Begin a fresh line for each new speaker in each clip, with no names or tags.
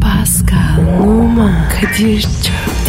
Pascal, Oman, Kadir çok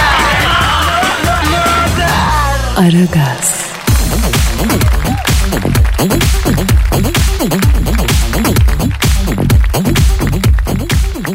Aragaz,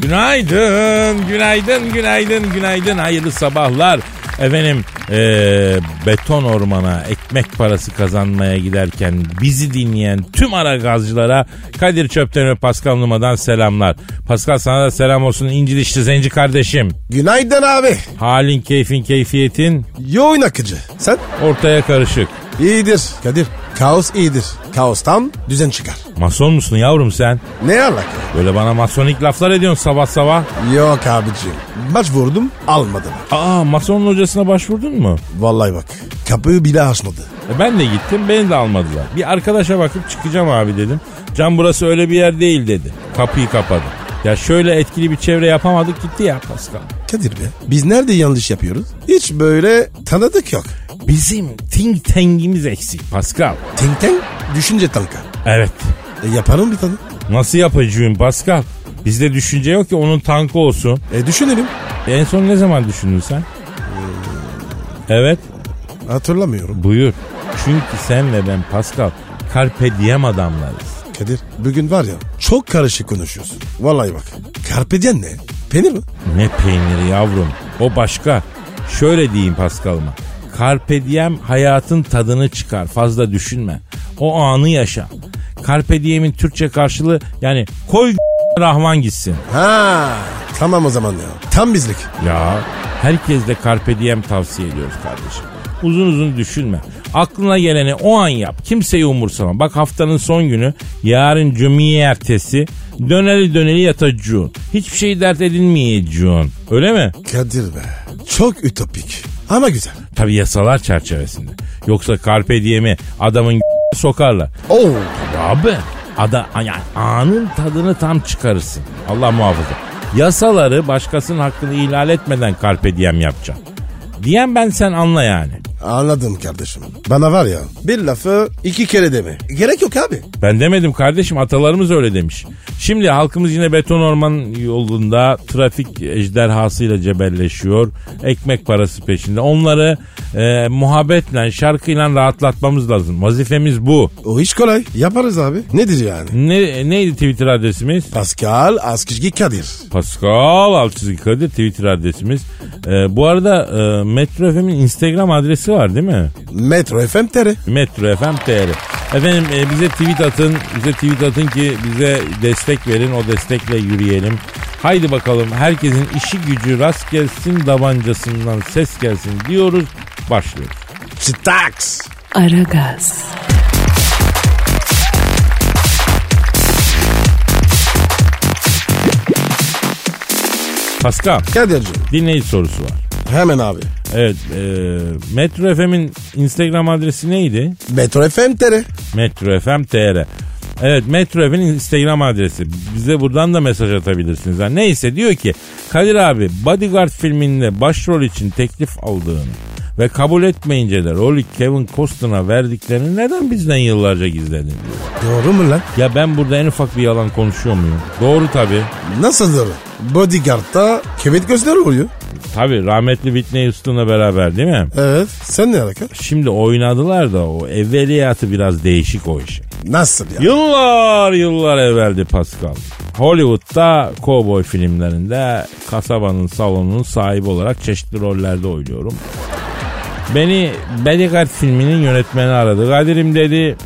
Günaydın, günaydın, günaydın, günaydın. Hayırlı sabahlar. Efendim eee, beton ormana ekmek parası kazanmaya giderken bizi dinleyen tüm ara gazcılara Kadir Çöpten ve Pascal Numa'dan selamlar. Pascal sana da selam olsun inci dişli zenci kardeşim.
Günaydın abi.
Halin keyfin keyfiyetin
Yoğun akıcı. Sen?
ortaya karışık.
İyidir. Kadir. Kaos iyidir. Kaostan düzen çıkar.
Mason musun yavrum sen?
Ne alaka?
Böyle bana masonik laflar ediyorsun sabah sabah.
Yok abiciğim. Baş vurdum almadım.
Aa masonun hocasına başvurdun mu?
Vallahi bak. Kapıyı bile açmadı.
E Ben de gittim beni de almadılar. Bir arkadaşa bakıp çıkacağım abi dedim. Can burası öyle bir yer değil dedi. Kapıyı kapadı. Ya şöyle etkili bir çevre yapamadık gitti ya Pascal.
Kadir be biz nerede yanlış yapıyoruz? Hiç böyle tanıdık yok.
Bizim think tank'imiz eksik Pascal.
Think tank düşünce tanka.
Evet.
E, yaparım bir tane.
Nasıl yapacağım Pascal? Bizde düşünce yok ki onun tankı olsun.
E düşünelim.
E En son ne zaman düşündün sen? Evet
Hatırlamıyorum.
buyur. Çünkü senle ben Pascal Carpe diem adamlarız.
Kadir bugün var ya çok karışık konuşuyorsun. Vallahi bak. Carpe diem ne? Peynir mi?
Ne peyniri yavrum o başka. Şöyle diyeyim Paskal'ıma. Carpe diem hayatın tadını çıkar fazla düşünme. O anı yaşa. Carpe diem'in Türkçe karşılığı yani koy rahman gitsin.
Ha tamam o zaman ya. Tam bizlik.
Ya herkes de carpe diem tavsiye ediyoruz kardeşim. Uzun uzun düşünme. Aklına geleni o an yap. Kimseyi umursama. Bak haftanın son günü. Yarın cumartesi. Döneli döneli yatacaksın. Hiçbir şey dert edinmeyeceksin. Öyle mi?
Kadir be. Çok ütopik. Ama güzel.
Tabi yasalar çerçevesinde. Yoksa carpe diem'i adamın sokarlar.
Oo.
Oh. Abi ada, yani anın tadını tam çıkarırsın. Allah muhafaza. Yasaları başkasının hakkını ihlal etmeden carpe diem yapacaksın. Diyen ben sen anla yani.
Anladım kardeşim. Bana var ya bir lafı iki kere deme. Gerek yok abi.
Ben demedim kardeşim atalarımız öyle demiş. Şimdi halkımız yine beton orman yolunda trafik ejderhasıyla cebelleşiyor. Ekmek parası peşinde. Onları e, muhabbetle şarkıyla rahatlatmamız lazım. Vazifemiz bu.
O iş kolay. Yaparız abi. Nedir yani?
Ne, neydi Twitter adresimiz?
Pascal Askizgi Kadir.
Pascal Altçizgi Kadir Twitter adresimiz. E, bu arada e, Metro FM'in Instagram adresi var değil mi?
Metro FM TR.
Metro FM TR. Efendim e, bize tweet atın, bize tweet atın ki bize destek verin, o destekle yürüyelim. Haydi bakalım herkesin işi gücü rast gelsin, davancasından ses gelsin diyoruz. Başlıyoruz.
Staks.
Aragaz,
Pascal,
Kadir'cim
dinleyici sorusu var.
hemen abi.
Evet, e, Metro FM'in Instagram adresi neydi?
Metro FM TR.
Metro FM TR. Evet Metro FM'in Instagram adresi. Bize buradan da mesaj atabilirsiniz. Ha, neyse diyor ki Kadir abi Bodyguard filminde başrol için teklif aldığını ve kabul etmeyince de rolü Kevin Costner'a verdiklerini neden bizden yıllarca gizledin diyor.
Doğru mu lan?
Ya ben burada en ufak bir yalan konuşuyor muyum? Doğru tabi.
Nasıl doğru? Bodyguard'da kebet gözler oluyor.
Tabi rahmetli Whitney Houston'la beraber değil mi?
Evet. Sen ne alaka?
Şimdi oynadılar da o evveliyatı biraz değişik o işin.
Nasıl ya?
Yıllar yıllar evveldi Pascal. Hollywood'da kovboy filmlerinde kasabanın salonunun sahibi olarak çeşitli rollerde oynuyorum. Beni Bodyguard filminin yönetmeni aradı. Kadir'im dedi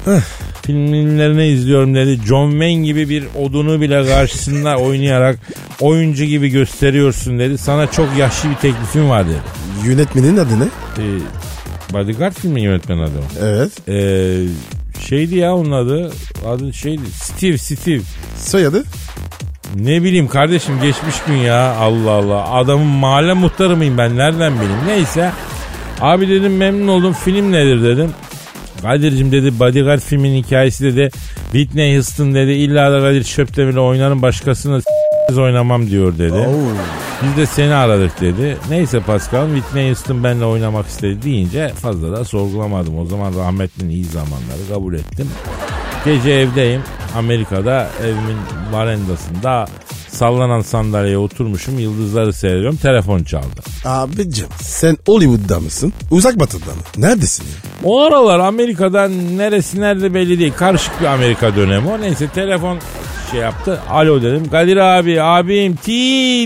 filmlerini izliyorum dedi. John Wayne gibi bir odunu bile karşısında oynayarak oyuncu gibi gösteriyorsun dedi. Sana çok yaşlı bir teklifim var dedi.
Yönetmenin adı ne?
Ee, Bodyguard filminin yönetmeni adamı.
Evet.
Ee, şeydi ya onun adı. Adı şeydi. Steve, Steve.
Soyadı?
Ne bileyim kardeşim geçmiş gün ya Allah Allah. Adamın mahalle muhtarı mıyım ben nereden bileyim. Neyse. Abi dedim memnun oldum film nedir dedim. Kadir'cim dedi Bodyguard filmin hikayesi dedi. Whitney Houston dedi illa da Kadir Çöptemir'le oynarım başkasını s- oynamam diyor dedi.
Oo.
Biz de seni aradık dedi. Neyse Pascal Whitney Houston benimle oynamak istedi deyince fazla da sorgulamadım. O zaman rahmetlinin iyi zamanları kabul ettim. Gece evdeyim. Amerika'da evimin varendasında sallanan sandalyeye oturmuşum. Yıldızları seyrediyorum. Telefon çaldı.
Abicim sen Hollywood'da mısın? Uzak batıda mı? Neredesin ya?
O aralar Amerika'dan neresi nerede belli değil. Karışık bir Amerika dönemi o. Neyse telefon şey yaptı. Alo dedim. Kadir abi, abim T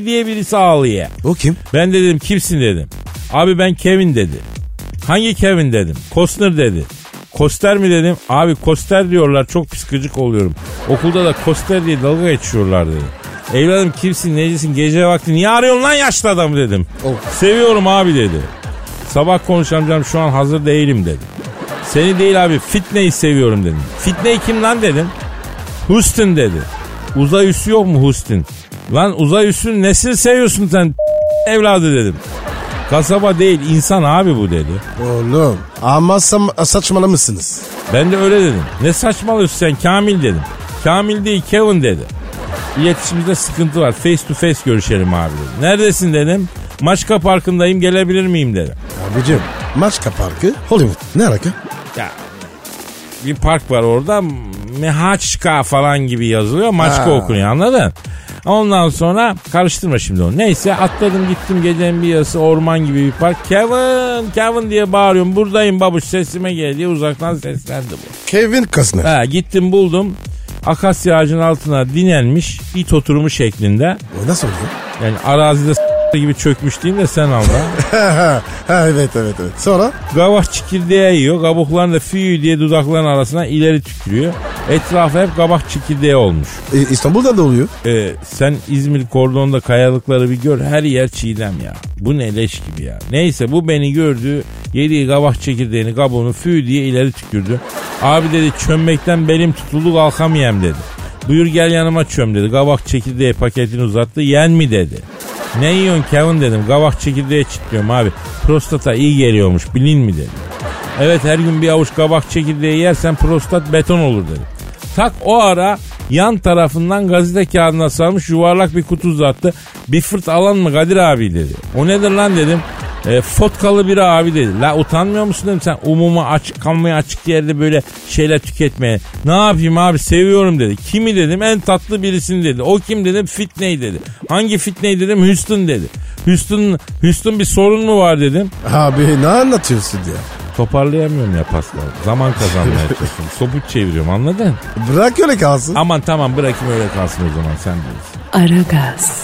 diye birisi ağlıyor.
O kim?
Ben de dedim kimsin dedim. Abi ben Kevin dedi. Hangi Kevin dedim. Costner dedi. Koster mi dedim. Abi Koster diyorlar çok pis gıcık oluyorum. Okulda da Koster diye dalga geçiyorlar dedi. Evladım kimsin necisin gece vakti niye arıyorsun lan yaşlı adamı dedim. Seviyorum abi dedi. Sabah konuşamayacağım şu an hazır değilim dedi. Seni değil abi fitneyi seviyorum dedim. Fitneyi kim lan dedim. Houston dedi. Uzay üssü yok mu Houston? Lan uzay üssünün nesini seviyorsun sen evladı dedim. Kasaba değil insan abi bu dedi.
Oğlum ama sam- saçmalamışsınız.
Ben de öyle dedim. Ne saçmalıyorsun sen Kamil dedim. Kamil değil Kevin dedi. İletişimizde sıkıntı var. Face to face görüşelim abi dedi. Neredesin dedim. Maçka Parkı'ndayım gelebilir miyim dedi.
Abicim Maçka Parkı Hollywood. Ne alaka?
Ya bir park var orada Mehaçka falan gibi yazılıyor. Maçka
Ha.
okunuyor anladın? Ondan sonra karıştırma şimdi onu. Neyse atladım gittim gecenin bir yarısı orman gibi bir park. Kevin Kevin diye bağırıyorum. Buradayım babuş sesime gel diye uzaktan seslendi bu.
Kevin Costner.
Ha, gittim buldum. Akasya ağacının altına dinenmiş it oturumu şeklinde.
O nasıl oluyor?
Yani arazide s- gibi çökmüş diyeyim de sen anla.
ha evet evet evet. Sonra?
Gavaş çekirdeğe yiyor. Kabuklarını da fiyü diye dudakların arasına ileri tükürüyor. Etrafı hep kabak çekirdeği olmuş.
E, İstanbul'da da oluyor.
Ee, sen İzmir kordonda kayalıkları bir gör. Her yer çiğdem ya. Bu ne leş gibi ya. Neyse bu beni gördü. Yediği kabak çekirdeğini kabuğunu fü diye ileri tükürdü. Abi dedi çömmekten belim tutuldu kalkamayayım dedi. Buyur gel yanıma çöm dedi. Kabak çekirdeği paketini uzattı. Yen mi dedi. Ne yiyorsun Kevin dedim. Kabak çekirdeği çitliyorum abi. Prostata iyi geliyormuş bilin mi dedi. Evet her gün bir avuç kabak çekirdeği yersen prostat beton olur dedi. Tak o ara yan tarafından gazete kağıdına sarmış yuvarlak bir kutu uzattı. Bir fırt alan mı Kadir abi dedi. O nedir lan dedim. E, fotkalı bir abi dedi. La utanmıyor musun dedim sen umuma açık kalmaya açık yerde böyle şeyler tüketmeye. Ne yapayım abi seviyorum dedi. Kimi dedim en tatlı birisini dedi. O kim dedim fitney dedi. Hangi fitney dedim Houston dedi. Houston, Houston bir sorun mu var dedim.
Abi ne anlatıyorsun ya?
Toparlayamıyorum ya Pascal. Zaman kazanmaya çalışıyorum. Sopuk çeviriyorum anladın?
Bırak öyle kalsın.
Aman tamam bırakayım öyle kalsın o zaman sen bilirsin.
Aragaz,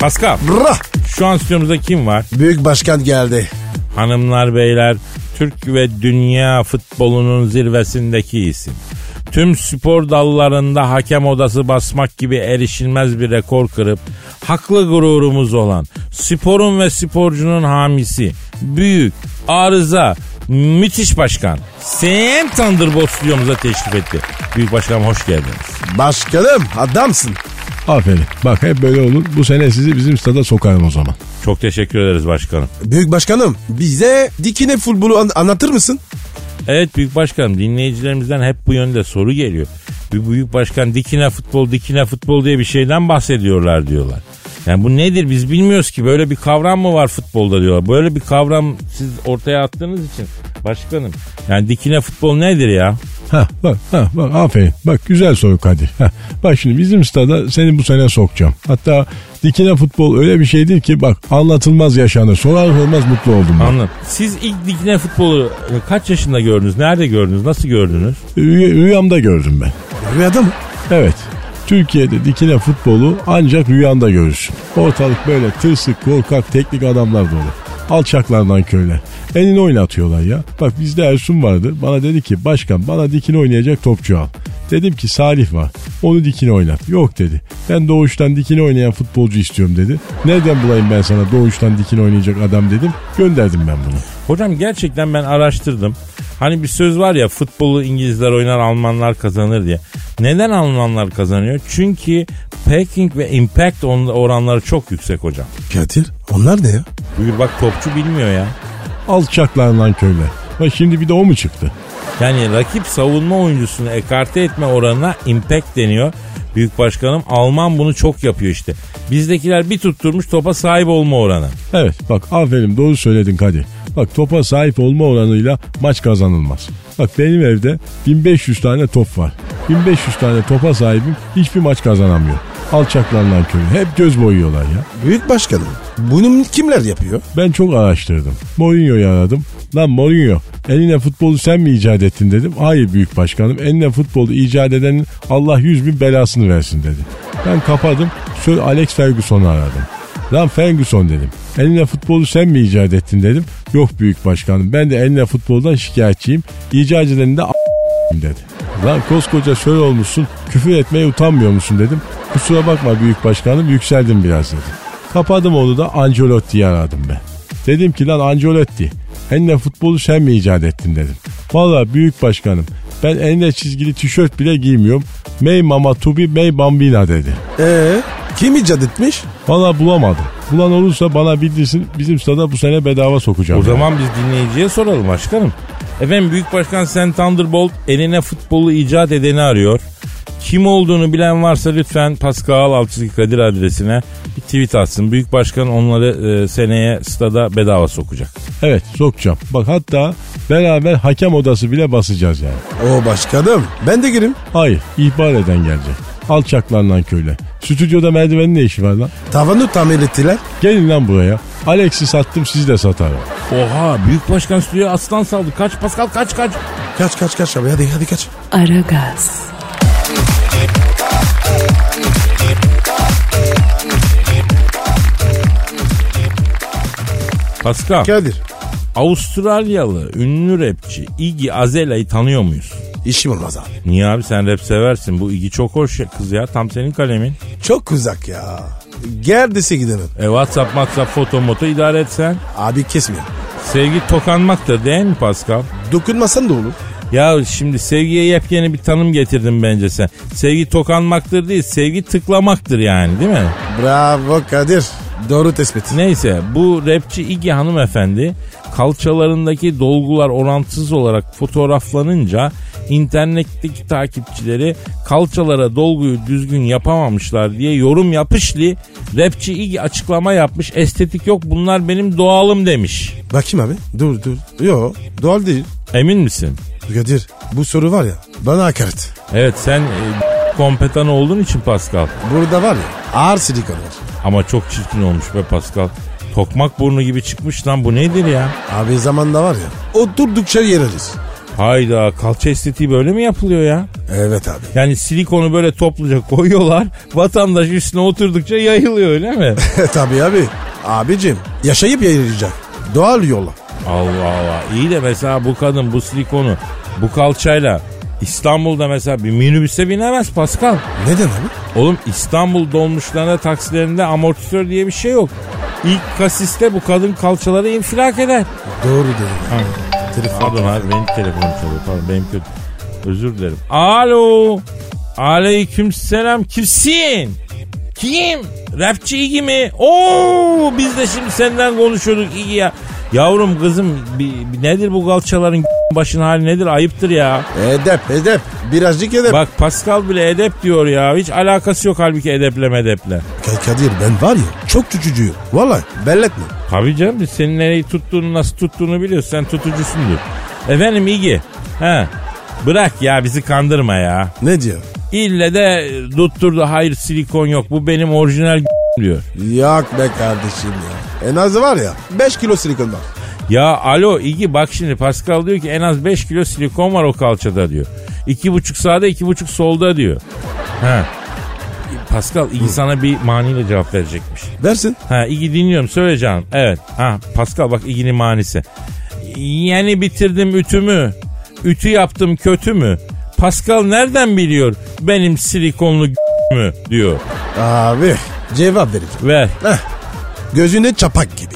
Pascal
Bra.
şu an stüdyomuzda kim var?
Büyük başkan geldi.
Hanımlar beyler Türk ve dünya futbolunun zirvesindeki isim. Tüm spor dallarında hakem odası basmak gibi erişilmez bir rekor kırıp haklı gururumuz olan sporun ve sporcunun hamisi, büyük, arıza, müthiş başkan Sam Thunderbolt stüdyomuza teşrif etti. Büyük başkanım hoş geldiniz.
Başkanım adamsın.
Aferin. Bak hep böyle olur. Bu sene sizi bizim stada sokarım o zaman.
Çok teşekkür ederiz başkanım.
Büyük başkanım bize dikine futbolu an- anlatır mısın?
Evet Büyük Başkanım dinleyicilerimizden hep bu yönde soru geliyor. Bir Büyük Başkan dikine futbol dikine futbol diye bir şeyden bahsediyorlar diyorlar. Yani bu nedir biz bilmiyoruz ki böyle bir kavram mı var futbolda diyorlar. Böyle bir kavram siz ortaya attığınız için başkanım yani dikine futbol nedir ya?
Ha bak ha bak aferin. Bak güzel soru Kadir. Ha, bak şimdi bizim stada seni bu sene sokacağım. Hatta dikine futbol öyle bir şeydir ki bak anlatılmaz yaşanır. Sorar olmaz mutlu oldum ben.
Anladım. Siz ilk dikine futbolu e, kaç yaşında gördünüz? Nerede gördünüz? Nasıl gördünüz?
Rüy- rüyamda gördüm ben.
Rüyada mı?
Evet. Türkiye'de dikine futbolu ancak rüyanda görürsün. Ortalık böyle tırsık, korkak, teknik adamlar dolu. Alçaklardan köyler. Elini oynatıyorlar ya. Bak bizde Ersun vardı. Bana dedi ki başkan bana dikine oynayacak topçu al. Dedim ki Salih var. Onu dikine oynat. Yok dedi. Ben doğuştan dikine oynayan futbolcu istiyorum dedi. Nereden bulayım ben sana doğuştan dikine oynayacak adam dedim. Gönderdim ben bunu.
Hocam gerçekten ben araştırdım. Hani bir söz var ya futbolu İngilizler oynar Almanlar kazanır diye. Neden Almanlar kazanıyor? Çünkü packing ve impact on- oranları çok yüksek hocam.
Kadir onlar ne ya?
Buyur bak topçu bilmiyor ya.
Alçaklarından köyler. Ha şimdi bir de o mu çıktı?
Yani rakip savunma oyuncusunu ekarte etme oranına impact deniyor. Büyük başkanım Alman bunu çok yapıyor işte. Bizdekiler bir tutturmuş topa sahip olma oranı.
Evet bak aferin doğru söyledin Kadir. Bak topa sahip olma oranıyla maç kazanılmaz. Bak benim evde 1500 tane top var. 1500 tane topa sahibim hiçbir maç kazanamıyor. Alçaklarından köyü. Hep göz boyuyorlar ya.
Büyük başkanım. Bunu kimler yapıyor?
Ben çok araştırdım. Mourinho'yu aradım. Lan Mourinho eline futbolu sen mi icat ettin dedim. Hayır büyük başkanım eline futbolu icat edenin Allah yüz bin belasını versin dedi. Ben kapadım. Sir Alex Ferguson'u aradım. Lan Ferguson dedim. Eline futbolu sen mi icat ettin dedim. Yok büyük başkanım ben de eline futboldan şikayetçiyim. İcat edenin de a- dedi. Lan koskoca şöyle olmuşsun küfür etmeye utanmıyor musun dedim. Kusura bakma büyük başkanım yükseldim biraz dedi. Kapadım onu da Ancelotti'yi aradım ben. Dedim ki lan Ancelotti enle futbolu sen mi icat ettin dedim. Valla büyük başkanım ben enle çizgili tişört bile giymiyorum. Mey mama tubi mey bambina dedi.
Ee, kim icat etmiş?
Valla bulamadım. Bulan olursa bana bildirsin bizim stada bu sene bedava sokacağım.
O
yani.
zaman biz dinleyiciye soralım başkanım. Efendim Büyük Başkan Sen Thunderbolt eline futbolu icat edeni arıyor. Kim olduğunu bilen varsa lütfen Pascal Altçizgi Kadir adresine bir tweet atsın. Büyük Başkan onları e, seneye stada bedava sokacak.
Evet sokacağım. Bak hatta beraber hakem odası bile basacağız yani.
O başkanım. Ben de gireyim.
Hayır ihbar eden gelecek. Alçaklarından köyle. Stüdyoda merdivenin ne işi var lan?
Tavanı tamir ettiler.
Gelin lan buraya. Alex'i sattım siz de satarım.
Oha Büyük Başkan stüdyoya aslan saldı. Kaç Pascal kaç kaç.
Kaç kaç kaç abi hadi hadi kaç.
Aragaz,
Pascal
Kadir.
Avustralyalı ünlü rapçi Iggy Azalea'yı tanıyor muyuz?
İşim olmaz abi.
Niye abi sen rap seversin? Bu Iggy çok hoş ya- kız ya tam senin kalemin.
Çok uzak ya. Gerdisi gidemem.
E WhatsApp, WhatsApp, foto, moto idare etsen.
Abi kesmiyor.
Sevgi tokanmaktır değil mi Pascal?
Dokunmasan da olur.
Ya şimdi sevgiye yepyeni bir tanım getirdin bence sen. Sevgi tokanmaktır değil, sevgi tıklamaktır yani değil mi?
Bravo Kadir. Doğru tespit.
Neyse bu rapçi Iggy hanımefendi kalçalarındaki dolgular orantısız olarak fotoğraflanınca internetteki takipçileri kalçalara dolguyu düzgün yapamamışlar diye yorum yapışlı rapçi Iggy açıklama yapmış estetik yok bunlar benim doğalım demiş.
Bakayım abi. Dur dur. Yo doğal değil.
Emin misin?
Kadir bu soru var ya bana hakaret.
Evet sen e, kompetan olduğun için Pascal.
Burada var ya ağır silikon var.
Ama çok çirkin olmuş be Pascal. Tokmak burnu gibi çıkmış lan bu nedir ya?
Abi zamanda var ya oturdukça yereriz.
Hayda kalça estetiği böyle mi yapılıyor ya?
Evet abi.
Yani silikonu böyle topluca koyuyorlar. Vatandaş üstüne oturdukça yayılıyor öyle mi?
E, Tabii abi. Abicim yaşayıp yayılacak. Doğal yolla.
Allah Allah. İyi de mesela bu kadın bu silikonu bu kalçayla İstanbul'da mesela bir minibüse binemez Pascal.
Neden abi?
Oğlum İstanbul dolmuşlarında taksilerinde amortisör diye bir şey yok. İlk kasiste bu kadın kalçaları infilak eder.
Doğru dedin. Telefon.
Pardon abi benim telefonum çalıyor. Pardon benim kötü. Özür dilerim. Alo. Aleyküm selam. Kimsin? Kim? Rapçi İgi mi? Oo biz de şimdi senden konuşuyorduk İgi ya. Yavrum kızım bi- bi- nedir bu kalçaların başın hali nedir? Ayıptır ya.
Edep edep. Birazcık edep.
Bak Pascal bile edep diyor ya. Hiç alakası yok halbuki edeple medeple.
Ka- Kadir ben var ya çok tutucuyum. Vallahi belletme.
Tabii canım biz senin nereyi tuttuğunu nasıl tuttuğunu biliyoruz. Sen tutucusundur. Efendim İgi. He. Bırak ya bizi kandırma ya.
Ne diyor?
İlle de tutturdu hayır silikon yok bu benim orijinal diyor.
Yok be kardeşim ya. En az var ya 5 kilo silikon var.
Ya alo İgi bak şimdi Pascal diyor ki en az 5 kilo silikon var o kalçada diyor. 2,5 sağda 2,5 solda diyor. Ha. Pascal İgi sana bir maniyle cevap verecekmiş.
Versin.
Ha İgi dinliyorum söyle canım. Evet. Ha Pascal bak İgi'nin manisi. Yeni bitirdim ütümü. Ütü yaptım kötü mü? Pascal nereden biliyor benim silikonlu mü diyor.
Abi cevap vereceğim.
Ver.
Heh. Gözüne çapak gibi.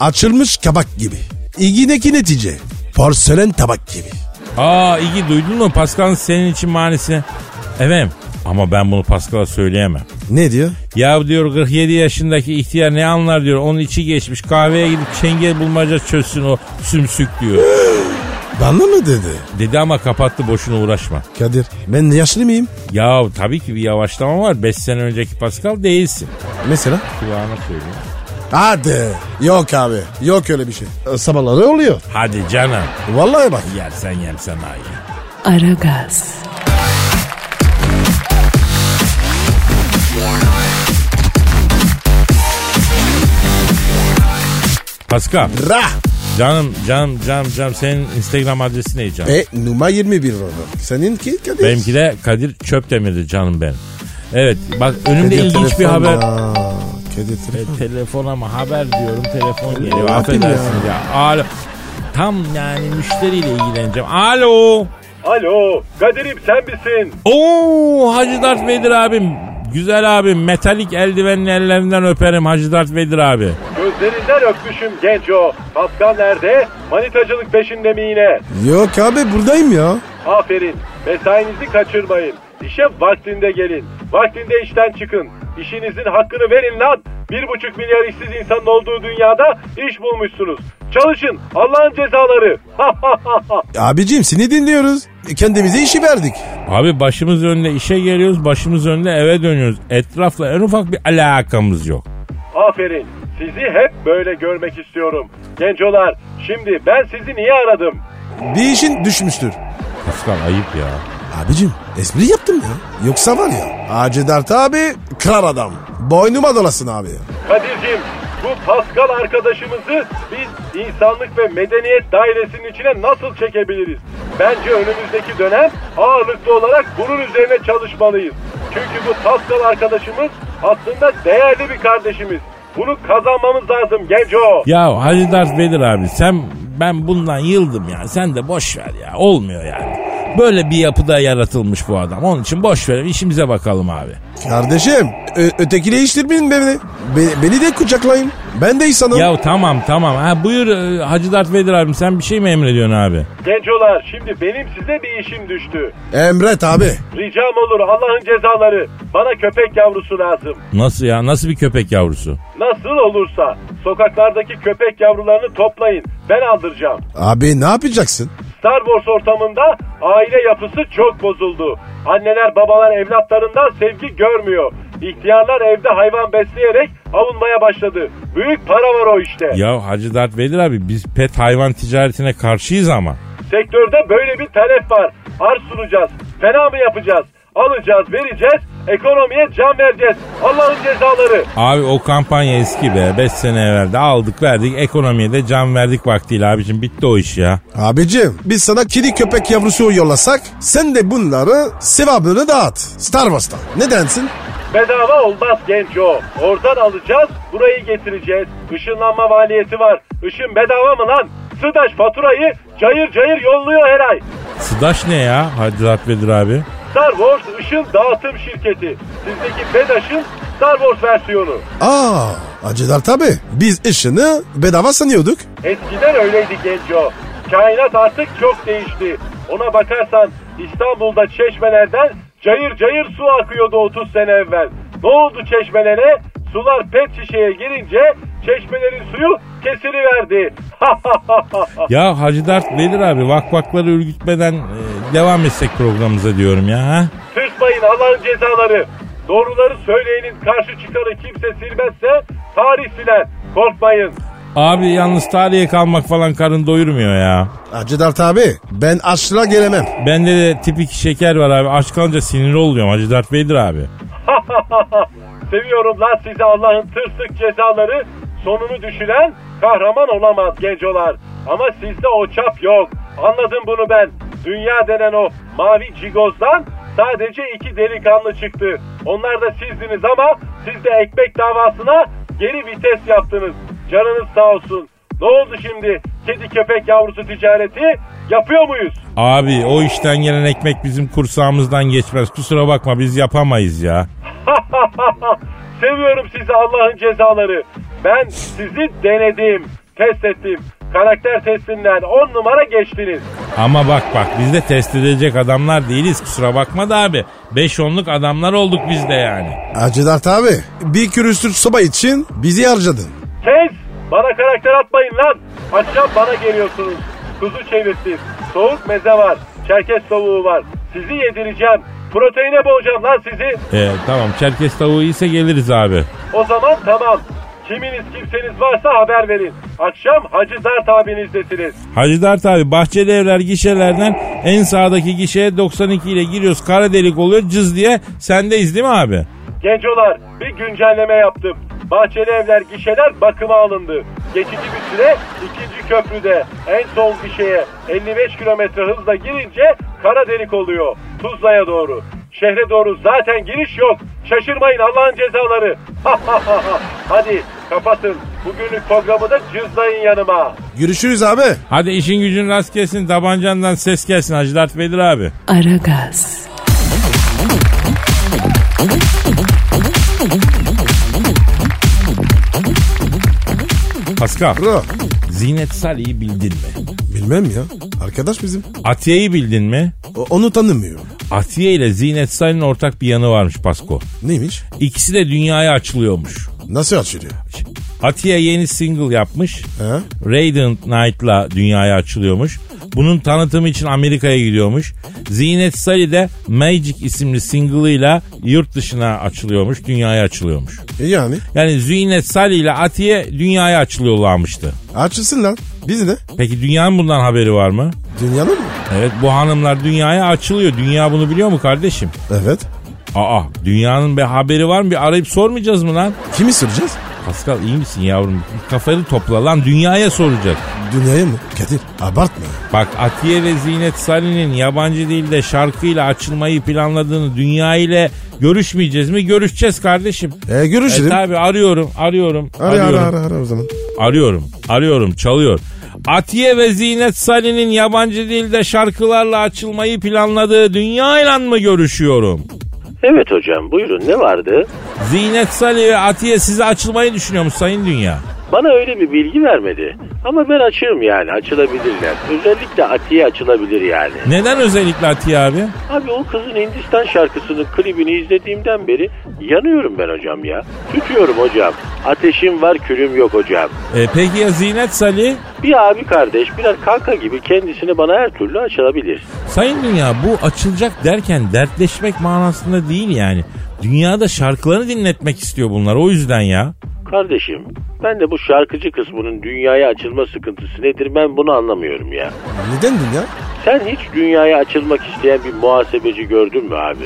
Açılmış kabak gibi. İlgindeki netice. Porselen tabak gibi.
Aa iyi duydun mu Pascal'ın senin için manisi. Efendim ama ben bunu Pascal'a söyleyemem.
Ne diyor?
Ya diyor 47 yaşındaki ihtiyar ne anlar diyor. Onun içi geçmiş kahveye gidip çengel bulmaca çözsün o sümsük diyor.
Bana mı dedi?
Dedi ama kapattı boşuna uğraşma.
Kadir ben yaşlı mıyım?
Ya tabii ki bir yavaşlama var. 5 sene önceki Pascal değilsin.
Mesela?
Kulağına söylüyorum.
Hadi. Yok abi. Yok öyle bir şey. Sabahları oluyor.
Hadi canım.
Vallahi bak.
Yersen yemsen ayı.
Aragaz,
Pascal.
Rah.
Canım canım canım canım senin Instagram adresi ne canım?
E numara 21 Robert. Seninki Kadir.
Benimki de Kadir Çöpdemir'di canım benim. Evet bak önümde
Kadir
ilginç bir
telefon
haber.
ya. Kadir
E,
telefon.
telefon ama haber diyorum telefon geliyor.
yapayım
Affedersiniz ya. Alo. Tam yani müşteriyle ilgileneceğim. Alo.
Alo Kadir'im sen misin?
Oo Hacı Dert Vedir abim. Güzel abim metalik eldivenin ellerinden öperim Hacı Dert Vedir abi.
Gözlerinden öpmüşüm genç o. Pascal nerede? Manitacılık peşinde mi yine?
Yok abi buradayım ya.
Aferin. Mesainizi kaçırmayın. İşe vaktinde gelin. Vaktinde işten çıkın. İşinizin hakkını verin lan. Bir buçuk milyar işsiz insanın olduğu dünyada iş bulmuşsunuz. Çalışın. Allah'ın cezaları.
Abicim seni dinliyoruz. E, Kendimize işi verdik.
Abi başımız önünde işe geliyoruz başımız önünde eve dönüyoruz. Etrafla en ufak bir alakamız yok.
Aferin. Sizi hep böyle görmek istiyorum. Gencolar şimdi ben sizi niye aradım?
Bir işin düşmüştür.
Pascal ayıp ya.
Abicim espri yaptım ya. Yoksa var ya. Hacı Dert abi kral adam. Boynuma dolasın abi. ya.
Kadir'cim bu Pascal arkadaşımızı biz insanlık ve medeniyet dairesinin içine nasıl çekebiliriz? Bence önümüzdeki dönem ağırlıklı olarak bunun üzerine çalışmalıyız. Çünkü bu Pascal arkadaşımız aslında değerli bir kardeşimiz. Bunu kazanmamız lazım genco.
Ya Hacı Dert Vedir abi sen ben bundan yıldım ya. Sen de boş ver ya. Olmuyor yani. Böyle bir yapıda yaratılmış bu adam. Onun için boş verelim işimize bakalım abi.
Kardeşim ö- ötekine iştirmeyin beni. Be- beni de kucaklayın. Ben de insanım.
Ya tamam tamam. Ha, buyur e, Hacı Dert Vedir abim sen bir şey mi emrediyorsun abi?
Gencolar şimdi benim size bir işim düştü.
Emret abi.
Ricam olur Allah'ın cezaları. Bana köpek yavrusu lazım.
Nasıl ya? Nasıl bir köpek yavrusu?
Nasıl olursa sokaklardaki köpek yavrularını toplayın. Ben aldıracağım.
Abi ne yapacaksın?
Star Wars ortamında aile yapısı çok bozuldu. Anneler babalar evlatlarından sevgi görmüyor. İhtiyarlar evde hayvan besleyerek avunmaya başladı. Büyük para var o işte.
Ya Hacı Dert Vedir abi biz pet hayvan ticaretine karşıyız ama.
Sektörde böyle bir talep var. Arz sunacağız. Fena mı yapacağız? Alacağız, vereceğiz. Ekonomiye can vereceğiz. Allah'ın cezaları.
Abi o kampanya eski be. 5 sene evvel de aldık verdik. Ekonomiye de can verdik vaktiyle abicim. Bitti o iş ya.
Abicim biz sana kedi köpek yavrusu yollasak sen de bunları sevabını dağıt. Star Wars'ta. Ne densin?
Bedava olmaz genco. Oradan alacağız, burayı getireceğiz. Işınlanma maliyeti var. Işın bedava mı lan? Sıdaş faturayı cayır cayır yolluyor her ay.
Sıdaş ne ya Hacı Dert Vedir abi?
Star Wars Işın Dağıtım Şirketi. Sizdeki Bedaş'ın Star Wars versiyonu.
Aa acılar tabi. Biz işini bedava sanıyorduk.
Eskiden öyleydi Genco. Kainat artık çok değişti. Ona bakarsan İstanbul'da çeşmelerden cayır cayır su akıyordu 30 sene evvel. Ne oldu çeşmelere? Sular pet şişeye girince çeşmelerin suyu kesiliverdi.
Ya Hacı Dert Vedir abi vak vakları ürgütmeden e, devam etsek programımıza diyorum ya. ha?
Tırtmayın Allah'ın cezaları. Doğruları söyleyinin karşı çıkanı kimse silmezse tarih siler. Korkmayın.
Abi yalnız tarihe kalmak falan karın doyurmuyor ya.
Acılar tabi. Ben açlığa gelemem.
Bende de tipik şeker var abi. Aç kalınca sinirli oluyorum Hacı Dert Vedir abi.
Seviyorum lan sizi Allah'ın tırsık cezaları. Sonunu düşünen kahraman olamaz gencolar. Ama sizde o çap yok. Anladım bunu ben. Dünya denen o mavi cigozdan sadece iki delikanlı çıktı. Onlar da sizdiniz ama siz de ekmek davasına geri vites yaptınız. Canınız sağ olsun. Ne oldu şimdi? Kedi köpek yavrusu ticareti yapıyor muyuz?
Abi o işten gelen ekmek bizim kursağımızdan geçmez. Kusura bakma biz yapamayız ya.
Seviyorum sizi Allah'ın cezaları. Ben sizi denedim, test ettim.
karakter testinden 10 numara geçtiniz.
Ama bak bak biz de test edilecek adamlar değiliz kusura bakma da abi. Beş onluk adamlar olduk biz de yani.
Hacı Dert abi bir külüstür soba için bizi harcadın.
Kes! Bana karakter atmayın lan. Akşam bana geliyorsunuz. Kuzu çevirsin. Soğuk meze var. Çerkez tavuğu var. Sizi yedireceğim. Proteine boğacağım lan sizi.
Ee, tamam Çerkes tavuğu ise geliriz abi.
O zaman tamam. Kiminiz kimseniz varsa haber verin. Akşam Hacı Dert abinizdesiniz.
Hacı Dert abi bahçeli evler gişelerden en sağdaki gişeye 92 ile giriyoruz. Kara delik oluyor cız diye sendeyiz değil mi abi?
Gencolar bir güncelleme yaptım. Bahçeli evler gişeler bakıma alındı. Geçici bir süre ikinci köprüde en son gişeye 55 kilometre hızla girince kara delik oluyor. Tuzla'ya doğru. Şehre doğru zaten giriş yok. Şaşırmayın Allah'ın cezaları. Ah, Hadi kapatın. Bugünlük programı da cızlayın yanıma.
Görüşürüz abi.
Hadi işin gücün rast gelsin tabancandan ses gelsin Hacı Dert Vedir abi.
Aragaz,
Pascal
Bro.
Zinet Salih'i bildin mi?
Bilmem ya. Arkadaş bizim.
Atiye'yi bildin mi?
O- onu tanımıyor.
Atiye ile Zinet Salih'in ortak bir yanı varmış Pasko.
Neymiş?
İkisi de dünyaya açılıyormuş.
Nasıl açılıyor?
Atiye yeni single yapmış.
He?
Radiant Night'la dünyaya açılıyormuş. Bunun tanıtımı için Amerika'ya gidiyormuş. Zinet Salih de Magic isimli single'ıyla yurt dışına açılıyormuş, dünyaya açılıyormuş.
E yani.
Yani Zinet Salih ile Atiye dünyaya açılıyorlarmıştı.
Açılsın lan. Biz ne?
Peki dünyanın bundan haberi var mı?
Dünyanın mı?
Evet bu hanımlar dünyaya açılıyor. Dünya bunu biliyor mu kardeşim?
Evet.
Aa dünyanın bir haberi var mı? Bir arayıp sormayacağız mı lan?
Kimi soracağız?
Pascal iyi misin yavrum? Bir Kafanı topla lan dünyaya soracak.
Dünyaya mı? Kadir abartma. ya.
Bak Atiye ve Zinet Salih'in yabancı dilde şarkıyla açılmayı planladığını dünya ile görüşmeyeceğiz mi? Görüşeceğiz kardeşim.
E görüşelim.
E tabi arıyorum, arıyorum,
ara,
arıyorum,
ara ara ara o zaman.
arıyorum, arıyorum, çalıyor. Atiye ve Zinet Salih'in yabancı dilde şarkılarla açılmayı planladığı dünya ile mı görüşüyorum?
Evet hocam buyurun ne vardı?
Zinet Salih ve Atiye size açılmayı düşünüyor mu Sayın Dünya?
Bana öyle bir bilgi vermedi. Ama ben açığım yani açılabilirler. Özellikle Atiye açılabilir yani.
Neden özellikle Atiye abi?
Abi o kızın Hindistan şarkısının klibini izlediğimden beri yanıyorum ben hocam ya. Tütüyorum hocam. Ateşim var külüm yok hocam.
E, peki ya Zinet Salih?
Bir abi kardeş birer kanka gibi kendisini bana her türlü açılabilir.
Sayın Dünya bu açılacak derken dertleşmek manasında değil yani. Dünyada şarkılarını dinletmek istiyor bunlar o yüzden ya.
Kardeşim ben de bu şarkıcı kısmının dünyaya açılma sıkıntısı nedir ben bunu anlamıyorum ya.
Neden dünya?
Sen hiç dünyaya açılmak isteyen bir muhasebeci gördün mü abi?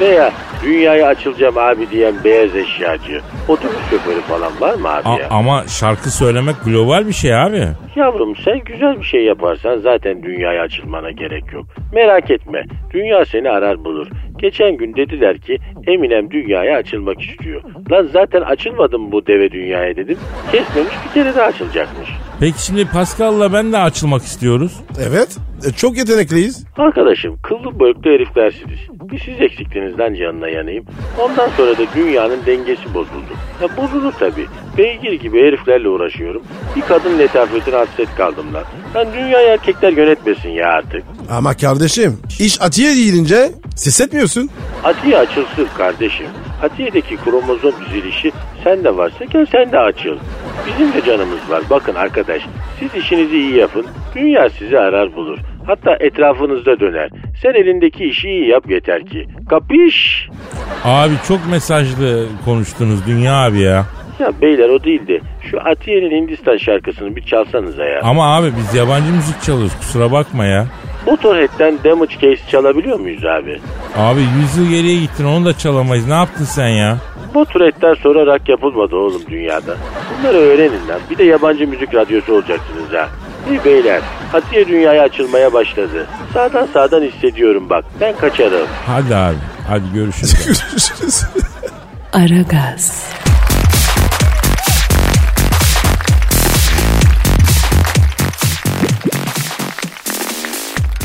Veya dünyaya açılacağım abi diyen beyaz eşyacı, otobüs şoförü falan var mı abi
A-
ya?
ama şarkı söylemek global bir şey abi.
Yavrum sen güzel bir şey yaparsan zaten dünyaya açılmana gerek yok. Merak etme, dünya seni arar bulur. Geçen gün dediler ki Eminem dünyaya açılmak istiyor. Lan zaten açılmadım bu deve dünyaya dedim. Kesmemiş bir kere daha açılacakmış.
Peki şimdi Pascal'la ben de açılmak istiyoruz.
Evet. E, çok yetenekliyiz.
Arkadaşım kıllı bölüklü heriflersiniz. Bir siz eksiktiniz lan canına yanayım. Ondan sonra da dünyanın dengesi bozuldu. Ya bozulur tabii. Beygir gibi heriflerle uğraşıyorum. Bir kadın letafetine hasret kaldım lan. Lan dünyayı erkekler yönetmesin ya artık.
Ama kardeşim iş atiye girince ses etmiyorsun.
Atiye açılsın kardeşim. Atiye'deki kromozom düzelişi sende varsa gel sen de açıl. Bizim de canımız var. Bakın arkadaş siz işinizi iyi yapın. Dünya sizi arar bulur. Hatta etrafınızda döner. Sen elindeki işi iyi yap yeter ki. Kapış?
Abi çok mesajlı konuştunuz Dünya abi ya.
Ya beyler o değildi. Şu Atiye'nin Hindistan şarkısını bir çalsanıza ya.
Ama abi biz yabancı müzik çalıyoruz kusura bakma ya.
Motorhead'den Damage Case çalabiliyor muyuz abi?
Abi 100 yıl geriye gittin onu da çalamayız ne yaptın sen ya?
Motorhead'den sonra rock yapılmadı oğlum dünyada. Bunları öğrenin lan. Bir de yabancı müzik radyosu olacaksınız ha. İyi beyler. Hatice dünyaya açılmaya başladı. Sağdan sağdan hissediyorum bak. Ben kaçarım.
Hadi abi hadi görüşürüz.
Görüşürüz.
Aragaz,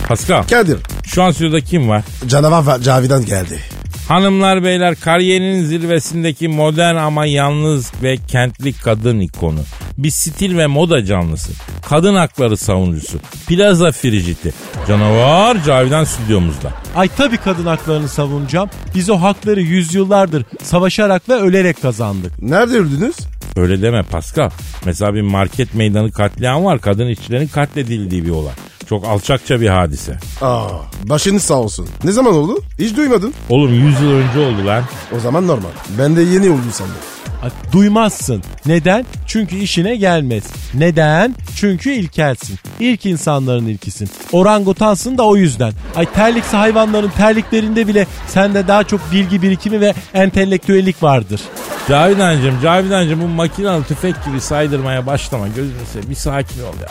Pascal
Kadir
şu an stüdyoda kim var?
canavar Cavidan geldi.
Hanımlar beyler kariyerinin zirvesindeki modern ama yalnız ve kentli kadın ikonu. Bir stil ve moda canlısı. Kadın hakları savunucusu. Plaza frijiti. Canavar Cavidan stüdyomuzda.
Ay tabii kadın haklarını savunacağım. Biz o hakları yüzyıllardır savaşarak ve ölerek kazandık.
Nerede öldünüz?
Öyle deme Pascal. Mesela bir market meydanı katliam var. Kadın işçilerin katledildiği bir olay. Çok alçakça bir hadise.
Aa, başınız sağ olsun. Ne zaman oldu? Hiç duymadım.
Oğlum 100 yıl önce oldu lan.
O zaman normal. Ben de yeni oldu sandım.
Ay, duymazsın. Neden? Çünkü işine gelmez. Neden? Çünkü ilkelsin. İlk insanların ilkisin. Orangutansın da o yüzden. Ay terliksi hayvanların terliklerinde bile sende daha çok bilgi birikimi ve entelektüellik vardır.
Cavidancım, Cavidancım bu makinalı tüfek gibi saydırmaya başlama. Gözünü seveyim. Bir sakin ol ya.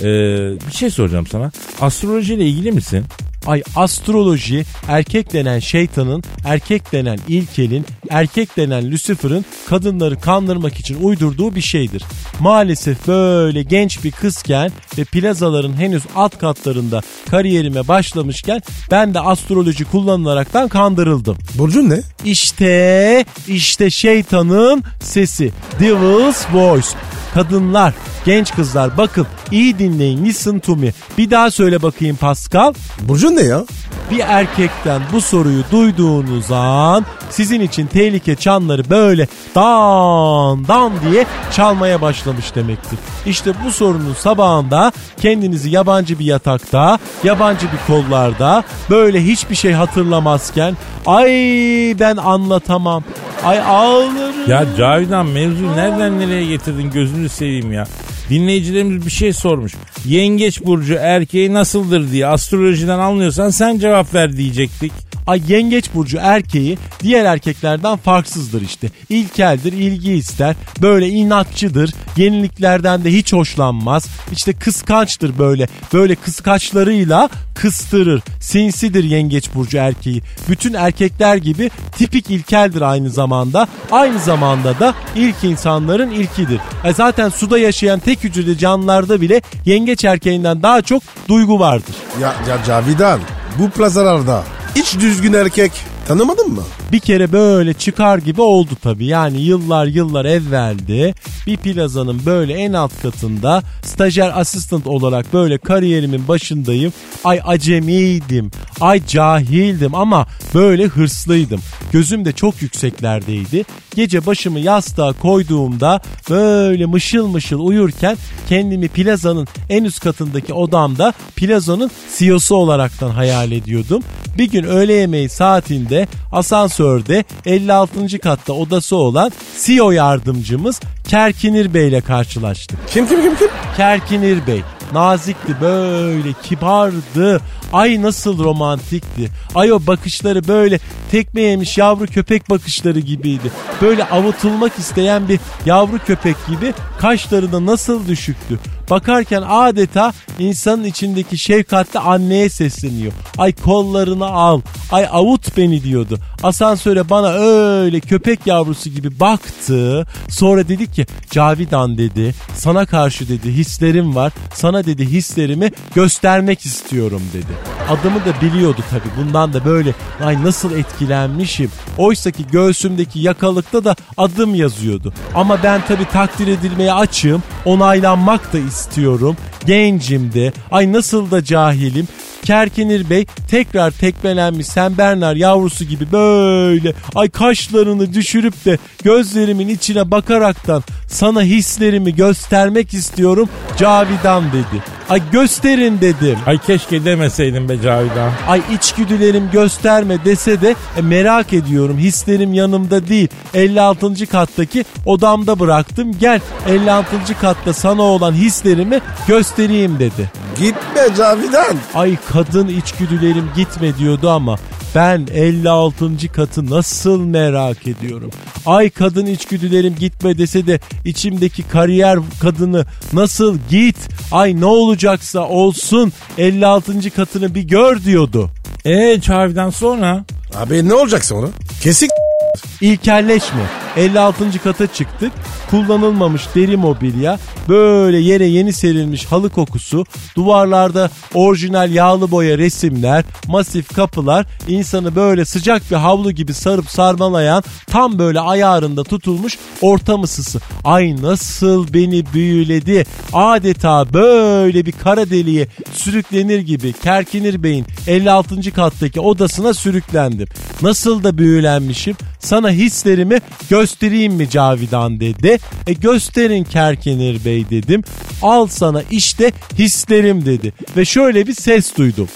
Ee, bir şey soracağım sana. Astrolojiyle ilgili misin?
Ay astroloji erkek denen şeytanın, erkek denen ilkelin, erkek denen Lucifer'ın kadınları kandırmak için uydurduğu bir şeydir. Maalesef böyle genç bir kızken ve plazaların henüz alt katlarında kariyerime başlamışken ben de astroloji kullanılaraktan kandırıldım.
Burcun ne?
İşte, işte şeytanın sesi. Devil's Voice. Kadınlar, genç kızlar bakın iyi dinleyin listen to me. Bir daha söyle bakayım Pascal.
Burcun ne ya?
Bir erkekten bu soruyu duyduğunuz an sizin için tehlike çanları böyle dan dan diye çalmaya başlamış demektir. İşte bu sorunun sabahında kendinizi yabancı bir yatakta, yabancı bir kollarda böyle hiçbir şey hatırlamazken ay ben anlatamam. Ay ağlarım.
Ya Cavidan mevzu nereden nereye getirdin gözünü seveyim ya. Dinleyicilerimiz bir şey sormuş. Yengeç burcu erkeği nasıldır diye astrolojiden anlıyorsan sen cevap ver diyecektik.
Ay yengeç burcu erkeği diğer erkeklerden farksızdır işte. İlkeldir, ilgi ister, böyle inatçıdır, yeniliklerden de hiç hoşlanmaz. İşte kıskançtır böyle, böyle kıskaçlarıyla kıstırır. Sinsidir yengeç burcu erkeği. Bütün erkekler gibi tipik ilkeldir aynı zamanda. Aynı zamanda da ilk insanların ilkidir. E zaten suda yaşayan tek hücreli canlılarda bile yengeç erkeğinden daha çok duygu vardır.
Ya, ya Cavidan bu plazalarda hiç düzgün erkek tanımadın mı?
Bir kere böyle çıkar gibi oldu tabii. Yani yıllar yıllar evveldi. Bir plazanın böyle en alt katında stajyer asistant olarak böyle kariyerimin başındayım. Ay acemiydim. Ay cahildim ama böyle hırslıydım. Gözüm de çok yükseklerdeydi. Gece başımı yastığa koyduğumda böyle mışıl mışıl uyurken kendimi plazanın en üst katındaki odamda plazanın CEO'su olaraktan hayal ediyordum. Bir gün öğle yemeği saatinde asansörde 56. katta odası olan CEO yardımcımız Kerkinir Bey ile karşılaştık.
Kim kim kim kim?
Kerkinir Bey nazikti böyle kibardı. Ay nasıl romantikti. Ay o bakışları böyle tekme yemiş yavru köpek bakışları gibiydi. Böyle avutulmak isteyen bir yavru köpek gibi kaşları da nasıl düşüktü. Bakarken adeta insanın içindeki şefkatli anneye sesleniyor. Ay kollarını al. Ay avut beni diyordu. Asansöre bana öyle köpek yavrusu gibi baktı. Sonra dedi ki Cavidan dedi sana karşı dedi hislerim var. Sana dedi hislerimi göstermek istiyorum dedi. Adımı da biliyordu tabii. Bundan da böyle ay nasıl etkilenmişim. Oysaki göğsümdeki yakalıkta da adım yazıyordu. Ama ben tabii takdir edilmeye açığım. Onaylanmak da istiyorum. Gencim de. Ay nasıl da cahilim. Kerkenir Bey tekrar tekmelenmiş sen Bernar yavrusu gibi böyle ay kaşlarını düşürüp de gözlerimin içine bakaraktan sana hislerimi göstermek istiyorum Cavidan dedi. Ay gösterin dedim.
Ay keşke demeseydin be Cavidan.
Ay içgüdülerim gösterme dese de e, merak ediyorum. Hislerim yanımda değil. 56. kattaki odamda bıraktım. Gel 56. katta sana olan hislerimi göstereyim dedi.
Gitme Cavidan.
Ay kadın içgüdülerim gitme diyordu ama ben 56. katı nasıl merak ediyorum. Ay kadın içgüdülerim gitme dese de içimdeki kariyer kadını nasıl git ay ne olacaksa olsun 56. katını bir gör diyordu.
Ee Cavidan sonra?
Abi ne olacak sonra? Kesik
İlkelleşme. 56. kata çıktık. kullanılmamış deri mobilya, böyle yere yeni serilmiş halı kokusu, duvarlarda orijinal yağlı boya resimler, masif kapılar, insanı böyle sıcak bir havlu gibi sarıp sarmalayan tam böyle ayarında tutulmuş ortam ısısı. Ay nasıl beni büyüledi. Adeta böyle bir kara deliğe sürüklenir gibi Kerkinir Bey'in 56. kattaki odasına sürüklendim. Nasıl da büyülenmişim. Sana hislerimi göstereyim mi Cavidan dedi. E gösterin Kerkinir Bey dedim. Al sana işte hislerim dedi. Ve şöyle bir ses duydum.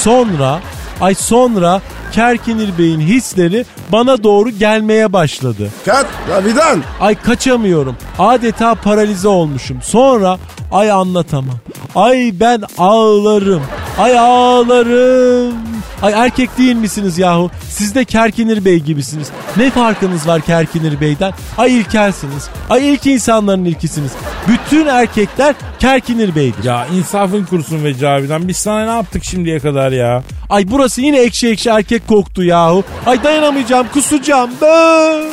Sonra ay sonra Kerkinir Bey'in hisleri bana doğru gelmeye başladı.
Kat Cavidan.
Ay kaçamıyorum. Adeta paralize olmuşum. Sonra ay anlatamam. Ay ben ağlarım. Ay ağlarım. Ay erkek değil misiniz yahu? Siz de Kerkinir Bey gibisiniz. Ne farkınız var Kerkinir Bey'den? Ay ilkelsiniz. Ay ilk insanların ilkisiniz. Bütün erkekler Kerkinir Bey'dir.
Ya insafın kursun ve Cavidan biz sana ne yaptık şimdiye kadar ya?
Ay burası yine ekşi ekşi erkek koktu yahu. Ay dayanamayacağım kusacağım. Bıı.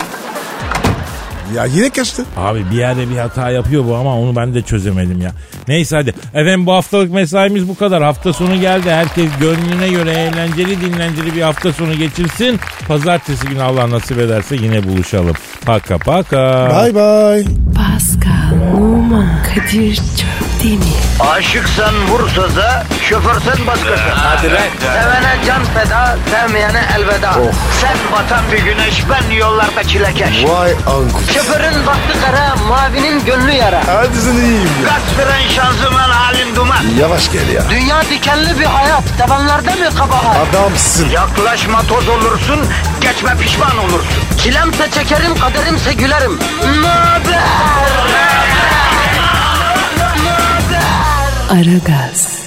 Ya yine kaçtı.
Abi bir yerde bir hata yapıyor bu ama onu ben de çözemedim ya. Neyse hadi. Efendim bu haftalık mesaimiz bu kadar. Hafta sonu geldi. Herkes gönlüne göre eğlenceli dinlenceli bir hafta sonu geçirsin. Pazartesi günü Allah nasip ederse yine buluşalım. Paka paka.
Bay bay.
Pascal, Numan, Kadir çok değil mi?
Aşıksan vursa da, şoförsen başkasın. Hadi be. Sevene can feda, sevmeyene elveda. Sen batan bir güneş, ben yollarda çilekeş.
Vay anku.
Şoförün baktı kara, mavinin gönlü yara.
Hadi sen iyiyim ya.
Kasperen şanzıman halin duman.
Yavaş gel ya.
Dünya dikenli bir hayat, sevenlerde mi kabahar?
Adamsın.
Yaklaşma toz olursun, geçme pişman olursun. Çilemse çekerim, kaderimse gülerim. Möber!
Aragaz.